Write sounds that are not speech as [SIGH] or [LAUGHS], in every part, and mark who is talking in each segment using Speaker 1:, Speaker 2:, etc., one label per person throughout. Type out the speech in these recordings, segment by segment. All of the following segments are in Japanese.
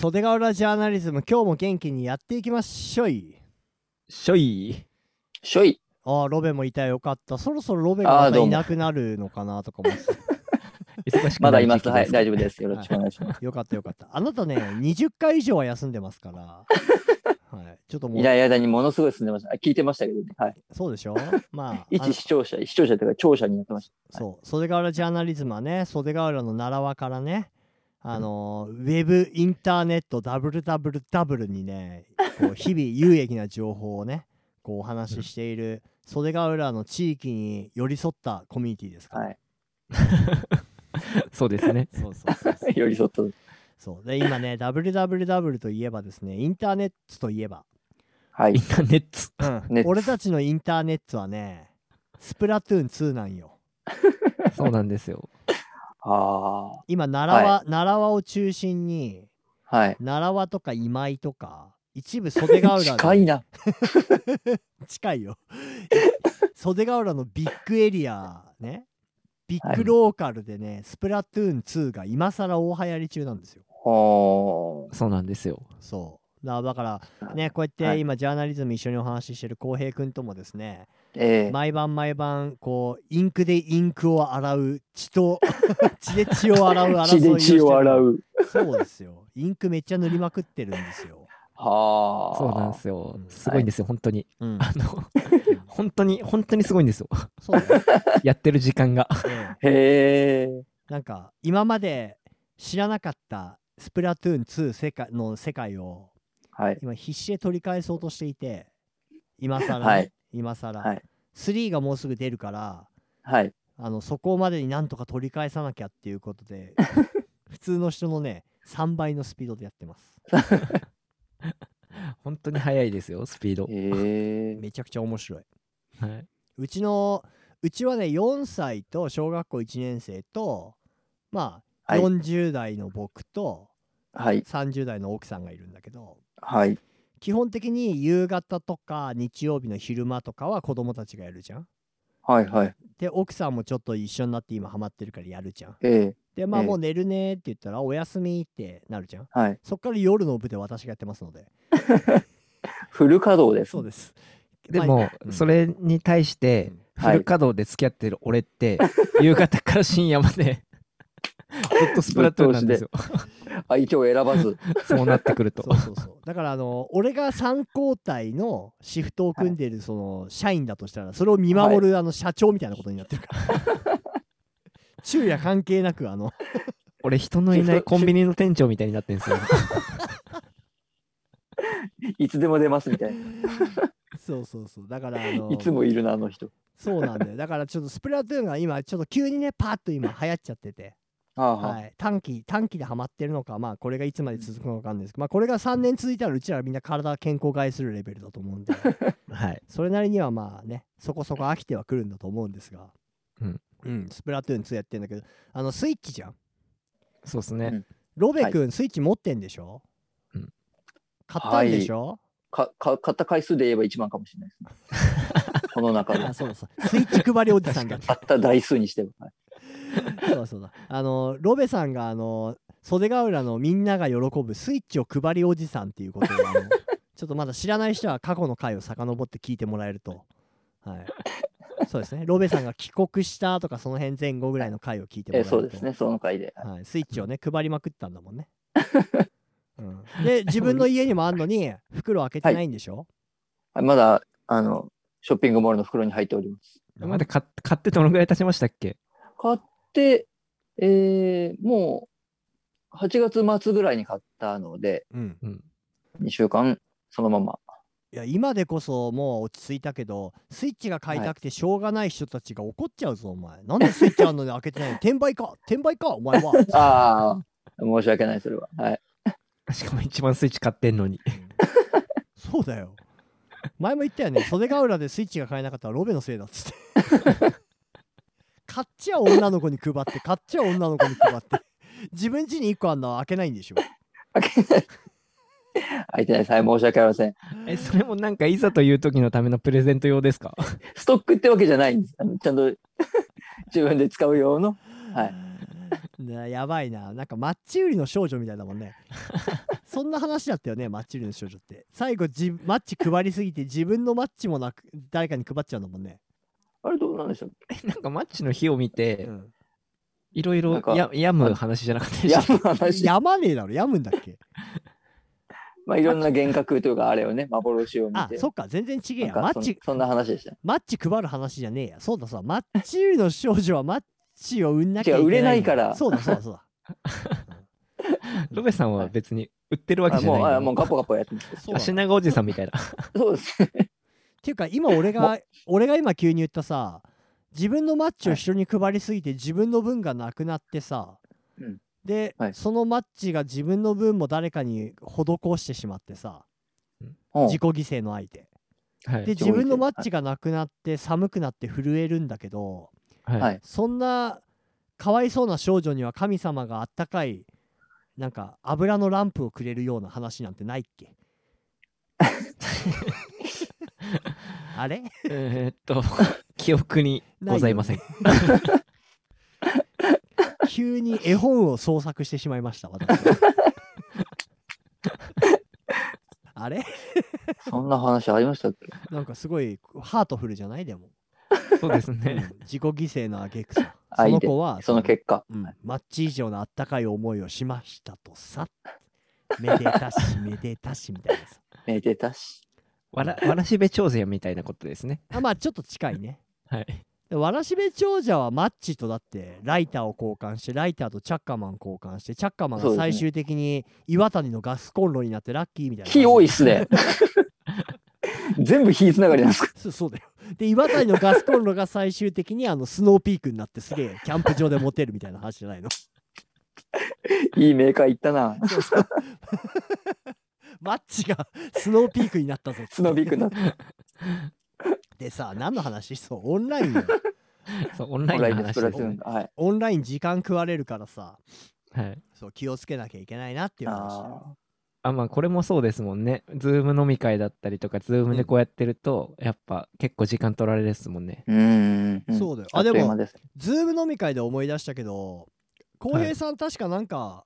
Speaker 1: 袖ヶ浦ジャーナリズム今日も元気にやっていきましょい
Speaker 2: しょい。
Speaker 3: しょい。
Speaker 1: ああロベもいたよかったそろそろロベ
Speaker 3: あ
Speaker 1: が
Speaker 3: あ
Speaker 1: また
Speaker 3: どう
Speaker 1: い
Speaker 3: も
Speaker 1: なくなるのかなとかも
Speaker 2: 忙しくな
Speaker 3: ま
Speaker 2: る
Speaker 3: だいます。
Speaker 2: 時期
Speaker 3: はい、大
Speaker 2: で
Speaker 3: 丈夫です。よろしくお願いします。
Speaker 1: よかったよか
Speaker 3: [LAUGHS]
Speaker 1: ったあなたね20回以上は休んでますからはいちょっとも
Speaker 3: いうない間にものすごい進んでました。あ聞いてましたけどね。はい。
Speaker 1: そうでしょまああ
Speaker 3: 一
Speaker 1: の
Speaker 3: 視聴者、視聴者というか聴者になってまし
Speaker 1: そう袖ヶ浦ジャーナリズムはね袖ヶ浦の奈良輪から
Speaker 3: [LAUGHS]
Speaker 1: ねあのーウェブインターネット WWW にねこう日々有益な情報をねこうお話ししている袖ヶ浦の地域に寄り添ったコミュニティですか
Speaker 3: た。
Speaker 1: ら、
Speaker 3: はい。
Speaker 2: そうですね。 [LAUGHS]
Speaker 1: そうそうそう
Speaker 3: [LAUGHS]
Speaker 1: そう
Speaker 3: 寄り添った。
Speaker 1: そうで今ね WWW といえばですねインターネットといえば、
Speaker 3: はい
Speaker 2: イン。ターネット。
Speaker 3: ね
Speaker 1: 俺たちのインターネットはねスプラトゥーン2なんよ
Speaker 2: そうなんですよ。
Speaker 3: あ
Speaker 1: 今奈良は、
Speaker 3: は
Speaker 1: 奈良輪を中心に
Speaker 3: あ。はい。
Speaker 1: 奈良輪とか今井とか一部袖ヶ浦の
Speaker 3: 近いな。
Speaker 1: 近いよ [LAUGHS] 袖ヶ浦のビッグエリアねビッ
Speaker 3: は
Speaker 1: グ
Speaker 3: い
Speaker 1: ローカルでね、スプラトゥーン2が今更大流行り中なんですよ
Speaker 3: ほー
Speaker 2: そうなんですよ。
Speaker 1: そうだだからねこうやっ
Speaker 3: は
Speaker 1: て
Speaker 3: い
Speaker 1: 今ジャーナリズム一緒にお話ししてる浩平君ともですね
Speaker 3: ええ
Speaker 1: 毎晩毎晩こうインクでインクを洗う血と [LAUGHS] 血で血を洗う争いをして
Speaker 3: 血で
Speaker 1: る
Speaker 3: 血を洗う。
Speaker 1: そうですよインクめっちゃ塗りまくってるんですよ
Speaker 3: はあ。
Speaker 2: そうなんですよ
Speaker 1: う。ん
Speaker 2: すごいんですよ、本当に。
Speaker 1: うん
Speaker 2: あの、本当に、本当にすごいんですよ。
Speaker 1: そう
Speaker 3: [LAUGHS]
Speaker 1: だね、
Speaker 2: やってる時間が。
Speaker 1: ええ
Speaker 3: へえ。
Speaker 1: なんか今まで知らなかったスプラトゥーン2世界の世界を
Speaker 3: はい。
Speaker 1: 今必死で取り返そうとしていて今更ね、
Speaker 3: はい
Speaker 1: 今更、
Speaker 3: はい
Speaker 1: 3がもうすぐ出るから
Speaker 3: はい。
Speaker 1: あのそこまでになんとか取り返さなきゃっていうこと
Speaker 3: [LAUGHS]
Speaker 1: で普通の人のね3倍のスピードでやってます
Speaker 2: 本当に速いですよ、スピード。
Speaker 3: へえ。
Speaker 1: めちゃくちゃ面白い
Speaker 2: はいう
Speaker 1: ちのうちはね4歳と小学校1年生とまあ
Speaker 3: はい
Speaker 1: 40代の僕と
Speaker 3: はい。
Speaker 1: 30代の奥さんがいるんだけど、
Speaker 3: はい。
Speaker 1: 基本的に夕方とか日曜日の昼間とかは子供たちがやるじゃん。
Speaker 3: はい。はい。
Speaker 1: で奥さんもちょっと一緒になって今ハマってるからやるじゃん。
Speaker 3: ええ。
Speaker 1: でまあ
Speaker 3: ええ
Speaker 1: もう寝るねって言ったらおやすみってなるじゃん。
Speaker 3: はい。
Speaker 1: そっから夜の部で私がやってますので。
Speaker 3: フル稼働です
Speaker 1: そう。です。
Speaker 2: で
Speaker 1: まあ
Speaker 2: も、
Speaker 1: うん
Speaker 2: それに対して、フ
Speaker 3: はい
Speaker 2: ル稼働で付き合ってる俺って、 [LAUGHS] 夕方から深夜まで、ずっとスプラトゥーンなんですよ。
Speaker 3: 相手を選ばず。
Speaker 2: そうなってくると
Speaker 1: そ。うそうそう。だからあの俺が3交代のシフトを組んでるその社員だとしたらそれを見守るあの社長みたいなことになってる
Speaker 3: [LAUGHS]
Speaker 1: から。昼夜関係なくあの
Speaker 2: 俺、人のいないコンビニの店長みたいになってんですよ。
Speaker 3: いつでも出ますみたいな。
Speaker 1: そうそうそうだからあの
Speaker 3: いつもいるな、あの人。
Speaker 1: そうなんだ
Speaker 2: [LAUGHS]
Speaker 1: よ。だからちょっとスプラトゥーンが今ちょっと急にねパーッと今流行っちゃってて、
Speaker 3: はあはあ
Speaker 1: はい、短期短期でハマってるのかまあこれがいつまで続くのかわかんないですけど、まあ、これが3年続いたらうちらみんな体健康害するレベルだと思うん
Speaker 2: [LAUGHS]
Speaker 1: で
Speaker 2: はい。
Speaker 1: それなりにはまあねそこそこ飽きてはくるんだと思うんですが、
Speaker 2: うん
Speaker 1: うんスプラトゥーン2やってんだけどあのスイッチじゃん
Speaker 2: そうですね。
Speaker 1: ロベ君、スイッチ持ってんでしょ、
Speaker 2: うん
Speaker 1: 買ったんでしょ、
Speaker 3: かか買った回数で言えば1万かもしれないですね。この中
Speaker 1: [LAUGHS]
Speaker 3: で。
Speaker 1: あそうそうスイッチ配りおじさんだ
Speaker 3: 買った台数にしても。はい
Speaker 1: [LAUGHS] そうだそうだ。あのロベさんがあの袖ヶ浦のみんなが喜ぶスイッチを配りおじさんっていうことをあのちょっとまだ知らない人は過去の回を遡って聞いてもらえると。はい。そうですね。ロベさんが帰国したとかその辺前後ぐらいの回を聞いてもら
Speaker 3: え
Speaker 1: えると。
Speaker 3: そうですね、その回で。
Speaker 1: はい。スイッチをね配りまくったんだもんね。うん、で自分の家にもあんのに袋開けてないんでしょ、
Speaker 3: はいまだ、あの、ショッピングモールの袋に入っております。
Speaker 2: まだ買っ買ってどのぐらい経ちましたっけ
Speaker 3: 買って、えーもう、8月末ぐらいに買ったので、
Speaker 1: うん、
Speaker 2: うん。
Speaker 3: 2週間、そのまま。
Speaker 1: いや今でこそもう落ち着いたけどスイッチが買いたくてしょうがない人たちが怒っちゃうぞお前なんでスイッチあんのに開けてないの [LAUGHS] 転売か転売かお前は
Speaker 3: ああ、申し訳ない、それは。はい。 [LAUGHS]
Speaker 2: しかも一番スイッチ買ってんのに。
Speaker 1: そうだよ前も言ったよね袖ヶ浦でスイッチが買えなかったらロベのせいだっつって買っちゃ女の子に配って買っちゃ女の子に配って自分家に1個あんのは開けないんでしょ
Speaker 3: 開いてないです。はい、申し訳ありません。
Speaker 2: え、それもなんかいざという時のためのプレゼント用ですか [LAUGHS]
Speaker 3: ストックってわけじゃないんです。あのちゃんと自分で使う用の。はい
Speaker 1: [LAUGHS]
Speaker 3: [LAUGHS]
Speaker 1: なやばいななんかマッチ売りの少女みたいだもんねそそんな話だったよねマッチ売りの少女って最後じマッチ配りすぎて自分のマッチもなく誰かに配っちゃうんだもんね、
Speaker 3: あれどうなんでしょう
Speaker 2: なんかマッチの火を見
Speaker 1: う
Speaker 2: て、
Speaker 1: ん、
Speaker 2: いろいろ
Speaker 3: なんか
Speaker 2: や病む話じゃなかったでし
Speaker 3: や
Speaker 2: た。
Speaker 3: む話。
Speaker 1: やまねえだろやむんだっけ
Speaker 3: まあいろんな幻覚というかあれをね、幻を見
Speaker 1: あ
Speaker 3: て。
Speaker 1: そっか全然違え
Speaker 3: なん
Speaker 1: や
Speaker 3: か
Speaker 1: マ
Speaker 3: そ
Speaker 1: ッ
Speaker 3: ん
Speaker 1: チ
Speaker 3: そんな話でした。
Speaker 1: マッチ配る話じゃねえやそうだそうだマッチ売りの少女はマッチを売んなきゃ
Speaker 3: 違う売れない
Speaker 1: んだ
Speaker 3: から
Speaker 1: そうだそうだそうだ
Speaker 2: ロベさんは別に売ってるわけ
Speaker 3: あ
Speaker 2: じゃない
Speaker 3: もう
Speaker 2: の
Speaker 3: あもうガポガポやってます。
Speaker 1: そうだ
Speaker 2: 足長おじさんみ
Speaker 3: [LAUGHS]
Speaker 2: たいな。
Speaker 3: そうですね。
Speaker 1: っていうか今俺が俺が今急に言ったさ自分のマッチを人に配りすぎて自分の分がなくなってさ、
Speaker 3: うん
Speaker 1: で、
Speaker 3: はい
Speaker 1: そのマッチが自分の分も誰かに施してしまってさ
Speaker 3: うん
Speaker 1: 自己犠牲の相手
Speaker 2: はい
Speaker 1: で
Speaker 3: 自
Speaker 1: 自
Speaker 3: 己犠牲
Speaker 1: 分のマッチがなくなって寒くなって震えるんだけど
Speaker 2: はい
Speaker 3: はい
Speaker 1: そんなかわいそうな少女には神様があったかいなんか油のランプをくれるような話なんてないっ
Speaker 3: [LAUGHS]
Speaker 1: けあれ
Speaker 2: えーっと、 [LAUGHS] 記憶にございません。
Speaker 1: 急に絵本を創作してしまいました私
Speaker 3: [LAUGHS]
Speaker 1: あれ
Speaker 3: そんな話ありましたっけ
Speaker 1: なんかすごいハートフルじゃないでも、
Speaker 2: そうです
Speaker 1: うん
Speaker 3: [LAUGHS]
Speaker 2: ね。
Speaker 1: 自己犠牲の挙句さそ
Speaker 3: 相
Speaker 1: の
Speaker 3: 手
Speaker 1: 子は
Speaker 3: その結果。
Speaker 1: うんマッチ以上のあったかい思いをしましたとさめでたしめでたしみたいなさ
Speaker 3: めでたし。
Speaker 2: わらわらしべ長者みたいなことです
Speaker 3: [LAUGHS]
Speaker 2: ね。
Speaker 1: あまあちょっと近いね
Speaker 2: はい。
Speaker 1: でわらしべ長者はマッチとだってライターを交換してライターとチャッカマン交換してチャッカマン
Speaker 3: そ
Speaker 1: が
Speaker 3: うですね
Speaker 1: 最終的に岩谷のガスコンロになってラッキーみたいな
Speaker 3: 火多いっすね。全部火つながりなんですか。
Speaker 1: そう [LAUGHS] そうだよ。で岩谷のガスコンロが最終的にあのスノーピークになってすげえ
Speaker 3: [LAUGHS]
Speaker 1: キャンプ場でモテるみたいな話じゃないの [LAUGHS]
Speaker 3: いいメーカー行ったな。
Speaker 1: そうそうマッチがスノーピークになったぞっつって
Speaker 3: スノビークなって。
Speaker 1: [LAUGHS] でさ何の話そうオンラインよ
Speaker 2: そうオン
Speaker 3: オ
Speaker 2: ライ
Speaker 3: ン
Speaker 2: ン
Speaker 3: ラ
Speaker 2: の
Speaker 3: インで
Speaker 2: 話
Speaker 3: プラ
Speaker 2: で
Speaker 3: ト
Speaker 2: す
Speaker 3: ゥーン
Speaker 2: ね。
Speaker 3: が。はい。
Speaker 1: オンライン時間食われるからさ
Speaker 2: はい。
Speaker 1: そう気をつけなきゃいけないなっていう話だよ
Speaker 3: あ
Speaker 2: あ、まあ、これもそうですもんね。ズーム飲み会だったりとか、ズームでこうやってると、やっぱ結構時間取られるですもんね。
Speaker 3: ーうんうん。
Speaker 1: そうだよ
Speaker 3: あ
Speaker 1: あ
Speaker 3: っと
Speaker 1: で
Speaker 3: いう
Speaker 1: も
Speaker 3: 間です。
Speaker 1: ズーム飲み会で思い出したけど浩平さん確かなんか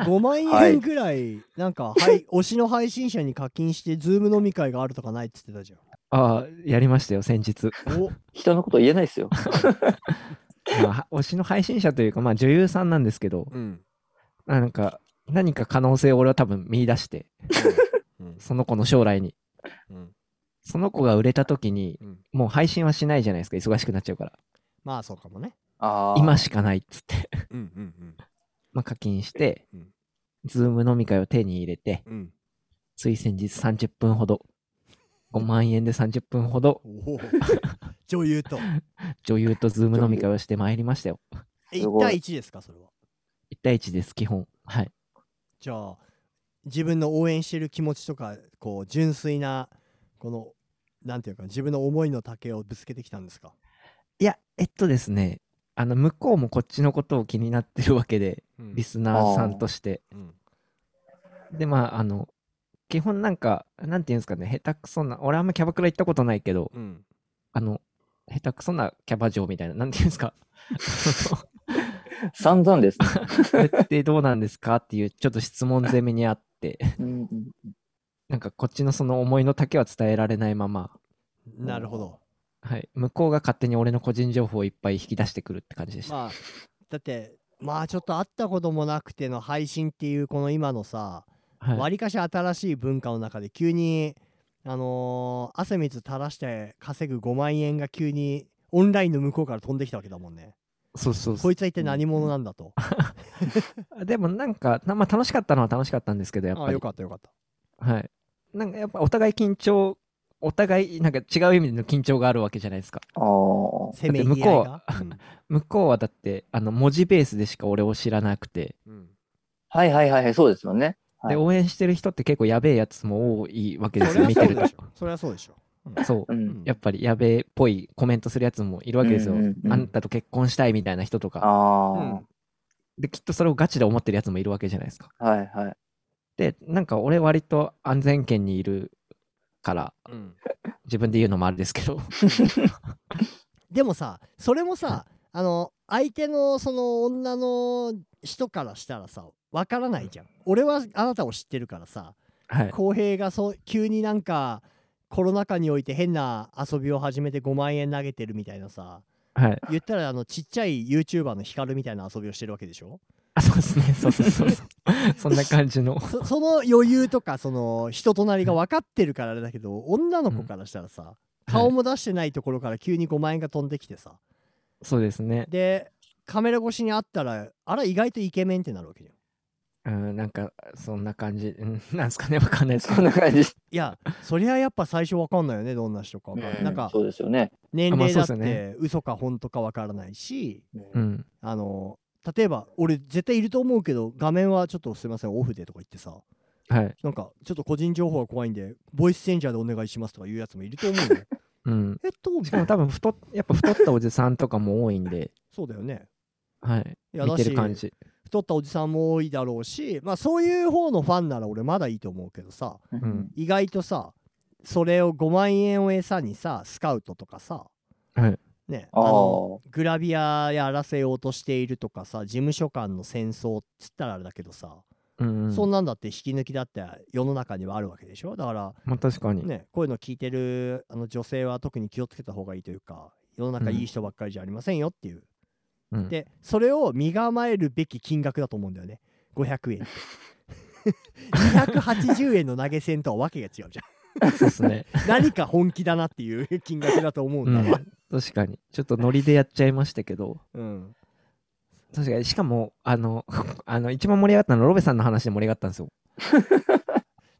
Speaker 1: 5万
Speaker 3: はい
Speaker 1: 円ぐらいなんか、はい、推しの配信者に課金してズーム飲み会があるとかないっつってたじゃん
Speaker 2: ああ、やりましたよ、先
Speaker 1: [LAUGHS]
Speaker 2: 日。
Speaker 3: [LAUGHS]
Speaker 1: お
Speaker 3: 人のこと言えないですよ。
Speaker 2: まあは推しの配信者というか、まあ、女優さんなんですけど、
Speaker 1: うん
Speaker 2: なんか、何か可能性を俺は多分見出して、
Speaker 1: うん
Speaker 2: その子の将来に。
Speaker 1: うん
Speaker 2: その子が売れた時に、
Speaker 1: うん
Speaker 2: もう配信はしないじゃないですか、忙しくなっちゃうから。
Speaker 1: まあそうかもね。
Speaker 3: ああ。
Speaker 2: 今しかないっつって、 [LAUGHS]
Speaker 1: うんうん
Speaker 2: まあ、課金して
Speaker 1: うん、
Speaker 2: ズーム飲み会を手に入れて、
Speaker 1: うん。うん。
Speaker 2: つい先日30分ほど、5万円で30分ほど、
Speaker 1: おお。女優と。
Speaker 2: 女優とズーム飲み会をしてまいりましたよ。
Speaker 1: え
Speaker 3: す
Speaker 1: 1
Speaker 3: ごい
Speaker 1: 対1ですか、それは。
Speaker 2: 1対1です、基本。はい。
Speaker 1: じゃあ、自分の応援してる気持ちとか、こう、純粋な、この、なんていうか、自分の思いの丈をぶつけてきたんですか。
Speaker 2: いや、えっとですね、あの、向こうもこっちのことを気になってるわけで、
Speaker 1: うん
Speaker 2: リスナーさんとして。
Speaker 1: うん
Speaker 2: で、まあ、あの、基本なんか、なんていうんですかね、下手くそな、俺あんまキャバクラ行ったことないけど、
Speaker 1: うん。
Speaker 2: あの、下手くそなキャバ嬢みたいな、なんていうんです
Speaker 1: [LAUGHS]
Speaker 2: か、
Speaker 3: 散々ですね。
Speaker 2: これってどうなんですかっていう、ちょっと質問攻めにあって、
Speaker 3: うんうん
Speaker 2: なんかこっちのその思いの丈は伝えられないまま、
Speaker 1: なるほど。
Speaker 2: はい、向こうが勝手に俺の個人情報をいっぱい引き出してくるって感じでした。
Speaker 1: まあ、だって、まあちょっと会ったこともなくての配信っていう、この今のさ、
Speaker 2: はい、
Speaker 1: わりかし新しい文化の中で急に、あのー汗水垂らして稼ぐ5万円が急にオンラインの向こうから飛んできたわけだもんね。
Speaker 2: そうそうそ
Speaker 1: こいつは一体何者なんだと。
Speaker 2: う。でもなんか、なまあ、楽しかったのは楽しかったんですけど、やっ
Speaker 1: ああ
Speaker 2: ぱ
Speaker 1: よ
Speaker 2: り。
Speaker 1: かったよかった。
Speaker 2: はい。なんかやっぱお互い緊張、お互いなんか違う意味での緊張があるわけじゃないですか。
Speaker 3: ああ。
Speaker 1: せめぎ合いが。
Speaker 2: 向こうはだって、あの、文字ベースでしか俺を知らなくて、
Speaker 1: うんうん
Speaker 3: はいはいはいはい、そうですよね。はい
Speaker 2: で、応援してる人って結構やべえやつも多いわけです
Speaker 1: それ
Speaker 2: よ、
Speaker 1: は
Speaker 2: 見て
Speaker 1: そう
Speaker 2: る
Speaker 1: で
Speaker 2: と
Speaker 1: し。ょ。それはそうでしょ。
Speaker 2: そうう。
Speaker 3: ん。
Speaker 2: やっぱりやべえっぽいコメントするやつもいるわけですよ
Speaker 3: うんうんう。ん
Speaker 2: あんたと結婚したいみたいな人とか。
Speaker 1: うん
Speaker 3: あ
Speaker 2: で、きっとそれをガチで思ってるやつもいるわけじゃないですか。
Speaker 3: あ。はいはい。
Speaker 2: で、なんか俺割と安全圏にいるから、自分で言うのもあれですけど。 [LAUGHS]
Speaker 1: でもさ、それもさ、あの相手のその女の人からしたらさ、わからないじゃん俺はあなたを知ってるからさ
Speaker 2: はい。
Speaker 1: 浩平がそう急になんかコロナ禍において変な遊びを始めて5万円投げてるみたいなさ
Speaker 2: はい。
Speaker 1: 言ったらあのちっちゃい YouTuber のヒカルみたいな遊びをしてるわけでしょ
Speaker 2: あ、そうで
Speaker 1: [LAUGHS]
Speaker 2: すね。そうそうそうそう。そんな感じの。
Speaker 1: そその余裕とかその人となりが分かってるからあれだけど女の子からしたらさ顔も出してないところから急に5万円が飛んできてさ
Speaker 2: そうですね。
Speaker 1: でカメラ越しに会ったらあら意外とイケメンってなるわけじゃん
Speaker 2: うん、なんか、そんな感じ。うんなんですかね、わかんないですけ
Speaker 3: そ
Speaker 2: ど
Speaker 3: んな感じ。
Speaker 1: いやそりゃやっぱ最初分かんないよねどんな人か分かんない、
Speaker 3: うん
Speaker 1: なんか
Speaker 3: そうですよね。
Speaker 1: 年齢だっ
Speaker 2: あまあそうです
Speaker 1: て嘘か本当か分からないし
Speaker 2: うん。
Speaker 1: あの例えば俺絶対いると思うけど画面はちょっとすいませんオフでとか言ってさ
Speaker 2: はい。
Speaker 1: なんかちょっと個人情報が怖いんでボイスチェンジャーでお願いしますとか言うやつもいると思う
Speaker 2: [LAUGHS]
Speaker 1: よ
Speaker 2: うん。
Speaker 1: えっとみ
Speaker 2: したか
Speaker 1: いな
Speaker 2: も多分太っ、やっぱ太ったおじさんとかも多いんで、
Speaker 1: そうだよね
Speaker 2: はい。
Speaker 1: いや
Speaker 2: 見てる感
Speaker 1: だし
Speaker 2: じ。
Speaker 1: 太ったおじさんも多いだろうしまあそういう方のファンなら俺まだいいと思うけどさ
Speaker 2: ん
Speaker 1: 意外とさそれを5万円を餌にさスカウトとかさ
Speaker 2: はい。
Speaker 1: ね
Speaker 3: ああ
Speaker 1: あのグラビアやらせようとしているとかさ事務所間の戦争っつったらあれだけどさ、
Speaker 2: うん、うん。
Speaker 1: そんなんだって引き抜きだって世の中にはあるわけでしょだから
Speaker 2: まあ確かに。
Speaker 1: ねこういうの聞いてるあの女性は特に気をつけた方がいいというか世の中いい人ばっかりじゃありませんよっていう、
Speaker 2: うん、
Speaker 1: でそれを身構えるべき金額だと思うんだよね500円って280円の投げ銭とはわけが違うじゃん
Speaker 2: そうですね。
Speaker 1: 何か本気だなっていう金額だと思うんだわ、
Speaker 2: 確かに。ちょっとノリでやっちゃいましたけど、
Speaker 1: うん、
Speaker 2: 確かに、しかも、あの、あの一番盛り上がったのはロベさんの話で盛り上がったんですよ。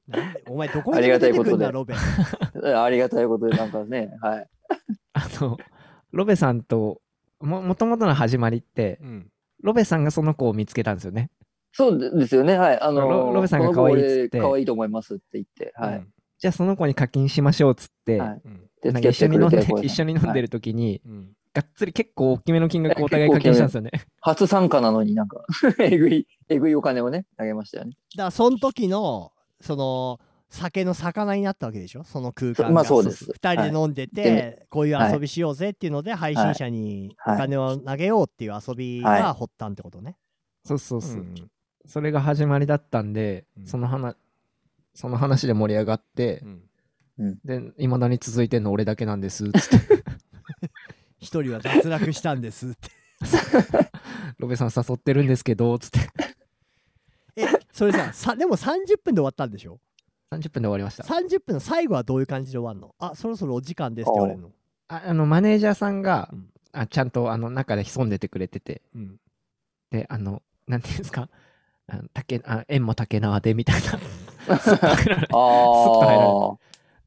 Speaker 1: なんでお前どこにでも出てくんだロベ
Speaker 3: ありがたいことで、なんかね、はい。
Speaker 2: あの、ロベさんと、も、もともとの始まりって、
Speaker 1: うん
Speaker 2: ロベさんがその子を見つけたんですよね。
Speaker 3: そうですよね、はい。あの
Speaker 2: ロロベさんが可愛いっつって
Speaker 3: 可愛いと思いますって言って、は
Speaker 1: う
Speaker 3: い。
Speaker 1: ん
Speaker 2: じゃあその子に課金しましょうっつって、
Speaker 3: はい
Speaker 1: うん
Speaker 3: で、
Speaker 2: な
Speaker 3: 付
Speaker 2: ん
Speaker 3: き
Speaker 2: か
Speaker 3: 合
Speaker 2: 一緒に飲ん
Speaker 3: って
Speaker 2: で
Speaker 3: くれて、
Speaker 2: 一緒に飲んで
Speaker 3: る。
Speaker 2: る時に、
Speaker 1: うん
Speaker 2: がっつり結構大きめの金額をお互い課金したんですよね。
Speaker 3: 初参加なのになんか、 [LAUGHS] えぐい、えぐいお金をね、投げまし
Speaker 2: [LAUGHS]
Speaker 3: たよね。
Speaker 1: だからその時のその酒の魚になったわけでしょその空間が、
Speaker 3: まあそうです。
Speaker 1: 2
Speaker 3: は
Speaker 1: 人
Speaker 3: い
Speaker 1: で飲んでて、
Speaker 3: で
Speaker 1: こういう遊びしようぜっていうので配信者にお
Speaker 3: はい
Speaker 1: 金を投げようっていう遊び
Speaker 3: はい
Speaker 1: が発端ってことね。
Speaker 2: そうそうそうう、
Speaker 1: ん
Speaker 2: それが始まりだったんで、
Speaker 1: うん
Speaker 2: その話、その話で盛り上がって
Speaker 1: う、ん
Speaker 2: で、いまだに続いてんの俺だけなんです、つって。
Speaker 1: 一、人は脱落したんですって。 [LAUGHS]
Speaker 2: ロベさん誘ってるんですけど、つって。
Speaker 1: えそれささでも30分で終わったんでしょ
Speaker 2: 30分で終わりました。
Speaker 1: 30分の最後はどういう感じで終わるのあそろそろお時間ですって言われるの。
Speaker 2: ああの、マネージャーさんが、
Speaker 1: うん
Speaker 2: あちゃんとあの中で潜んでてくれてて、
Speaker 1: うん、
Speaker 2: で、あの、なんていうんですか、あの竹あ縁も竹縄でみたいな。すっと入られ
Speaker 3: あ
Speaker 2: と入られ
Speaker 3: あ。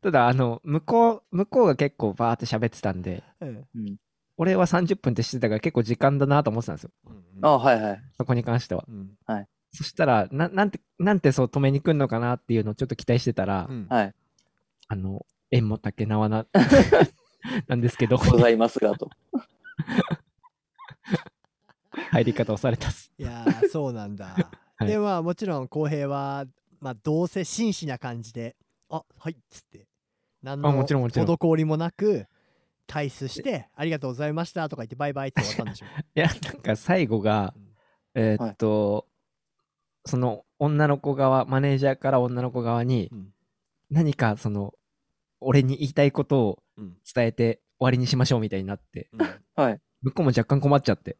Speaker 2: ただ、あの、向こう、向こうが結構バーって喋ってたんで、
Speaker 1: うん
Speaker 3: うん
Speaker 2: 俺は30分ってしてたから結構時間だなと思ってたんですよ。
Speaker 3: ああ、はいはい。
Speaker 2: そこに関しては。
Speaker 1: うん
Speaker 2: そしたら、ななんて、なんてそう止めに来んのかなっていうのをちょっと期待してたら、
Speaker 1: うん
Speaker 3: はい。
Speaker 2: あの、縁も竹縄
Speaker 3: [LAUGHS]
Speaker 2: な、なんですけど、
Speaker 3: ございますが、と。
Speaker 2: 入り方をされたっす。
Speaker 1: いやーそうなんだ。
Speaker 2: [LAUGHS] はい
Speaker 1: でまあもちろん浩平は、まあ、どうせ真摯な感じで「あはい」っつって何の
Speaker 2: あもちろんもちろん
Speaker 1: 滞りもなく退出して「ありがとうございました」とか言って「バイバイ」って終わったん
Speaker 2: [LAUGHS]
Speaker 1: でしょ。
Speaker 2: いや、なんか最後が、えー
Speaker 3: はい
Speaker 2: っと、その女の子側、マネージャーから女の子側に
Speaker 1: うん
Speaker 2: 何かその、俺に言いたいことを
Speaker 1: うん
Speaker 2: 伝えて終わりにしましょうみたいになって、
Speaker 3: はい。 [LAUGHS]
Speaker 2: 向こうも若干困っちゃって。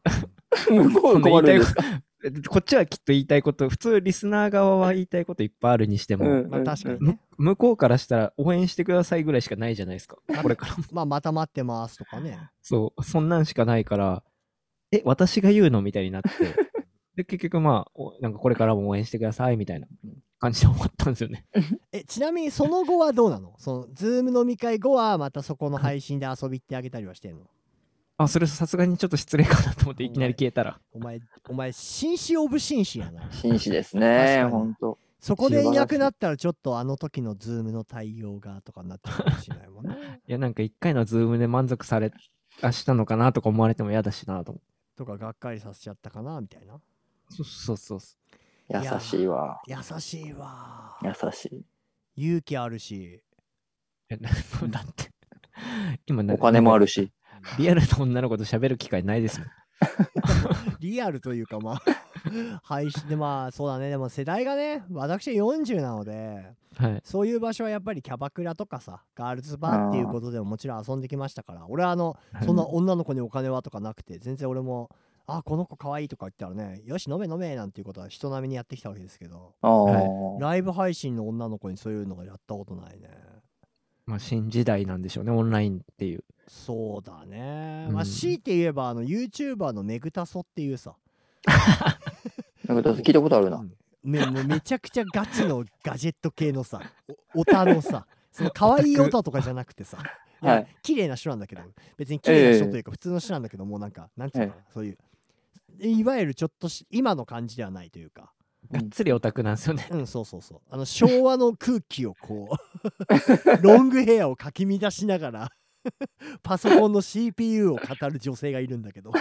Speaker 3: 向こう困るんですか。
Speaker 2: [LAUGHS] こっちはきっと言いたいこと、普通リスナー側は言いたいこといっぱいあるにしても、
Speaker 1: まあ確かに
Speaker 3: に。
Speaker 1: ね、
Speaker 2: 向こうからしたら応援してくださいぐらいしかないじゃないですか。これからも。
Speaker 1: まあまた待ってますとかね。
Speaker 2: そう、そんなんしかないから、え、私が言うのみたいにな
Speaker 3: [LAUGHS]
Speaker 2: って。で、結局まあ、おなんかこれからも応援してくださいみたいな感じで終わったんですよね。
Speaker 1: えちなみにその後はどうなのそのズーム飲み会後はまたそこの配信で遊び行ってあげたりはしてんの
Speaker 2: あ、それさすがにちょっと失礼かなと思っていきなり消えたら。
Speaker 1: お前お前紳士オブ紳士やな。
Speaker 3: 紳士です
Speaker 1: 確
Speaker 3: ね、
Speaker 1: かに
Speaker 3: 本当。
Speaker 1: そこでいなくなったらちょっとあの時のズームの対応がとかになっちゃうかもしれないもんね。
Speaker 2: いや、なんか一回のズームで満足され、あ、したのかなとか思われても嫌だしなと思
Speaker 1: とかがっかりさせちゃったかなみたいな。
Speaker 2: う。そうそうそう。
Speaker 3: 優しいわ。
Speaker 1: 優しいわ。
Speaker 3: 優しい。
Speaker 1: 勇気あるし。
Speaker 2: えな [LAUGHS] だって、今な
Speaker 3: お金もあるし。
Speaker 2: リアルな女の子と喋る機会ないですもん。
Speaker 1: リアルというかまあ [LAUGHS] 配信でまあそうだねでも世代がね私40なので
Speaker 2: はい。
Speaker 1: そういう場所はやっぱりキャバクラとかさガールズバーっていうことでももちろん遊んできましたから俺はあの
Speaker 2: はい
Speaker 1: そんな女の子にお金はとかなくて全然俺も「あこの子可愛いとか言ったらねよし飲め飲め」なんていうことは人並みにやってきたわけですけど
Speaker 3: ああ、
Speaker 1: ライブ配信の女の子にそういうのがやったことないね
Speaker 2: まあ、新時代なんでしょうね、オンラインっていう。
Speaker 1: そうだね、
Speaker 2: うん
Speaker 1: まあ強いて言えばあの YouTuber のめぐたそっていうさ
Speaker 3: なんか聞いたことあるな。
Speaker 1: うんね、もうめちゃくちゃガチのガジェット系のさおオタのさその可愛いオタとかじゃなくてさいや
Speaker 3: [LAUGHS] はい
Speaker 1: 綺麗な人なんだけど別に綺麗な人というか普通の人なんだけど、もうなんかなんていうのかな、そういういわゆるちょっとし今の感じではないというか
Speaker 2: がっつりオタクなんですよね。
Speaker 1: うんそうそうそうあの昭和の空気をこうロングヘアをかき乱しながらパソコンの CPU を語る女性がいるんだけど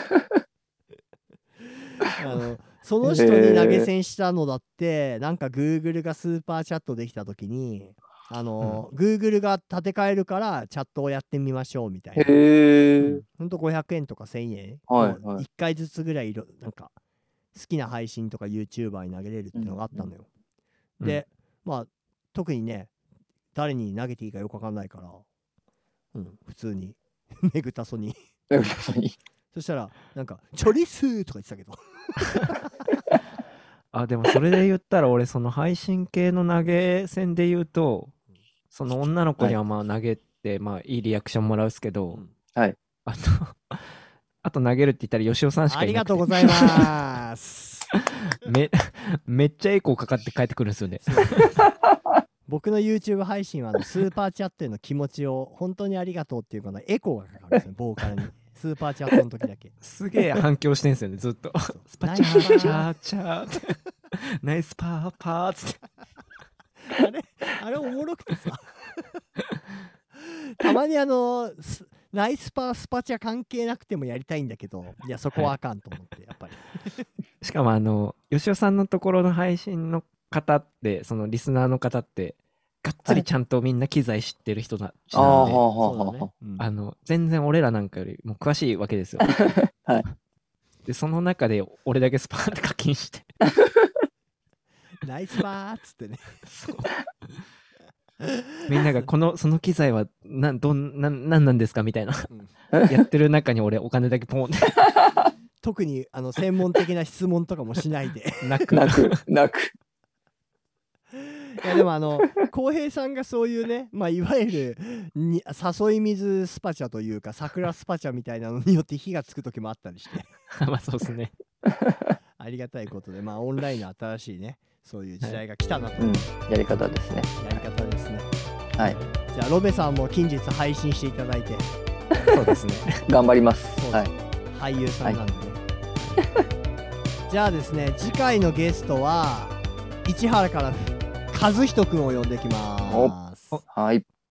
Speaker 1: あのその人に投げ銭したのだってなんか Google がスーパーチャットできた時にあの、Google が立て替えるからチャットをやってみましょうみたいな
Speaker 3: へえ。
Speaker 1: ほんと500円とか1000円、
Speaker 3: はい
Speaker 1: もう
Speaker 3: はい
Speaker 1: 1回ずつぐらいいろなんか好きな配信とか YouTuber に投げれるっていうのがあったのよ、
Speaker 2: うん
Speaker 1: で、まあ特にね誰に投げていいかよくわかんないから、うん、普通に [LAUGHS] めぐたそに
Speaker 3: [LAUGHS] え普通に
Speaker 1: そしたらなんか「チョリスー」とか言ってたけど
Speaker 2: あ、でもそれで言ったら、俺、その配信系の投げ銭で言うと、その女の子にはまあ投げて、まあいいリアクションもらうっすけど、
Speaker 1: うん
Speaker 3: はい。
Speaker 2: あと、 [LAUGHS] あと投げるって言ったら、吉尾さんし
Speaker 1: あ
Speaker 2: かい
Speaker 1: りが
Speaker 2: なくて
Speaker 1: とうございます
Speaker 2: め、 [LAUGHS] めっちゃエコーかかって帰ってくるんですよね。
Speaker 1: 僕の YouTube 配信はあのスーパーチャットへの気持ちを本当にありがとうっていうかなエコーがかかるんですよボーカルにスーパーチャットの時だけ
Speaker 2: すげえ反響してんすよね、ずっと。
Speaker 1: そう
Speaker 2: スパチャーチャーチャーって。 [LAUGHS] ナイスパーパーっつって。
Speaker 1: あれあれおもろくてさ [LAUGHS] たまにあのスナイスパースパチャ関係なくてもやりたいんだけどいやそこはあかんと思ってやっぱり
Speaker 2: [LAUGHS] しかもあの、吉尾さんのところの配信の方って、そのリスナーの方って、がっつりちゃんとみんな機材知ってる人たち
Speaker 3: あ
Speaker 2: な
Speaker 3: あ、
Speaker 2: ん
Speaker 3: は
Speaker 2: で、
Speaker 3: あは
Speaker 1: そ
Speaker 3: あ
Speaker 1: うだ
Speaker 3: はあは
Speaker 1: ね、うん
Speaker 2: あの、全然俺らなんかよりも詳しいわけですよ。
Speaker 3: はい
Speaker 2: で、その中で俺だけスパーンって課金して。
Speaker 1: ナイスパーっつってね
Speaker 2: みんながこの、その機材は、なん、どん、なん、なんなんですかみたいな。
Speaker 1: うん
Speaker 2: やってる中に俺お金だけポンって
Speaker 1: [LAUGHS] 特にあの専門的な質問とかもしないで [LAUGHS]
Speaker 2: 泣
Speaker 3: あ。
Speaker 2: く。
Speaker 3: 泣く、泣く。
Speaker 1: いやでもあの浩平さんがそういうね、まあ、いわゆるに誘い水スパチャというか桜スパチャみたいなのによって火がつく時もあったりして
Speaker 2: [LAUGHS] まあそうですね。
Speaker 1: ありがたいことで、まあ、オンラインの新しいねそういう時代が来たなと、
Speaker 3: うん、やり方ですね。
Speaker 1: やり方ですね
Speaker 3: はい
Speaker 1: じゃあロベさんも近日配信していただいて
Speaker 2: そうですね。
Speaker 3: 頑張ります
Speaker 1: [LAUGHS] そう。
Speaker 3: はい。
Speaker 1: 俳優さんなんでね、 [LAUGHS] じゃあですね次回のゲストは市原から和人くんを呼んできます
Speaker 2: お
Speaker 3: はい。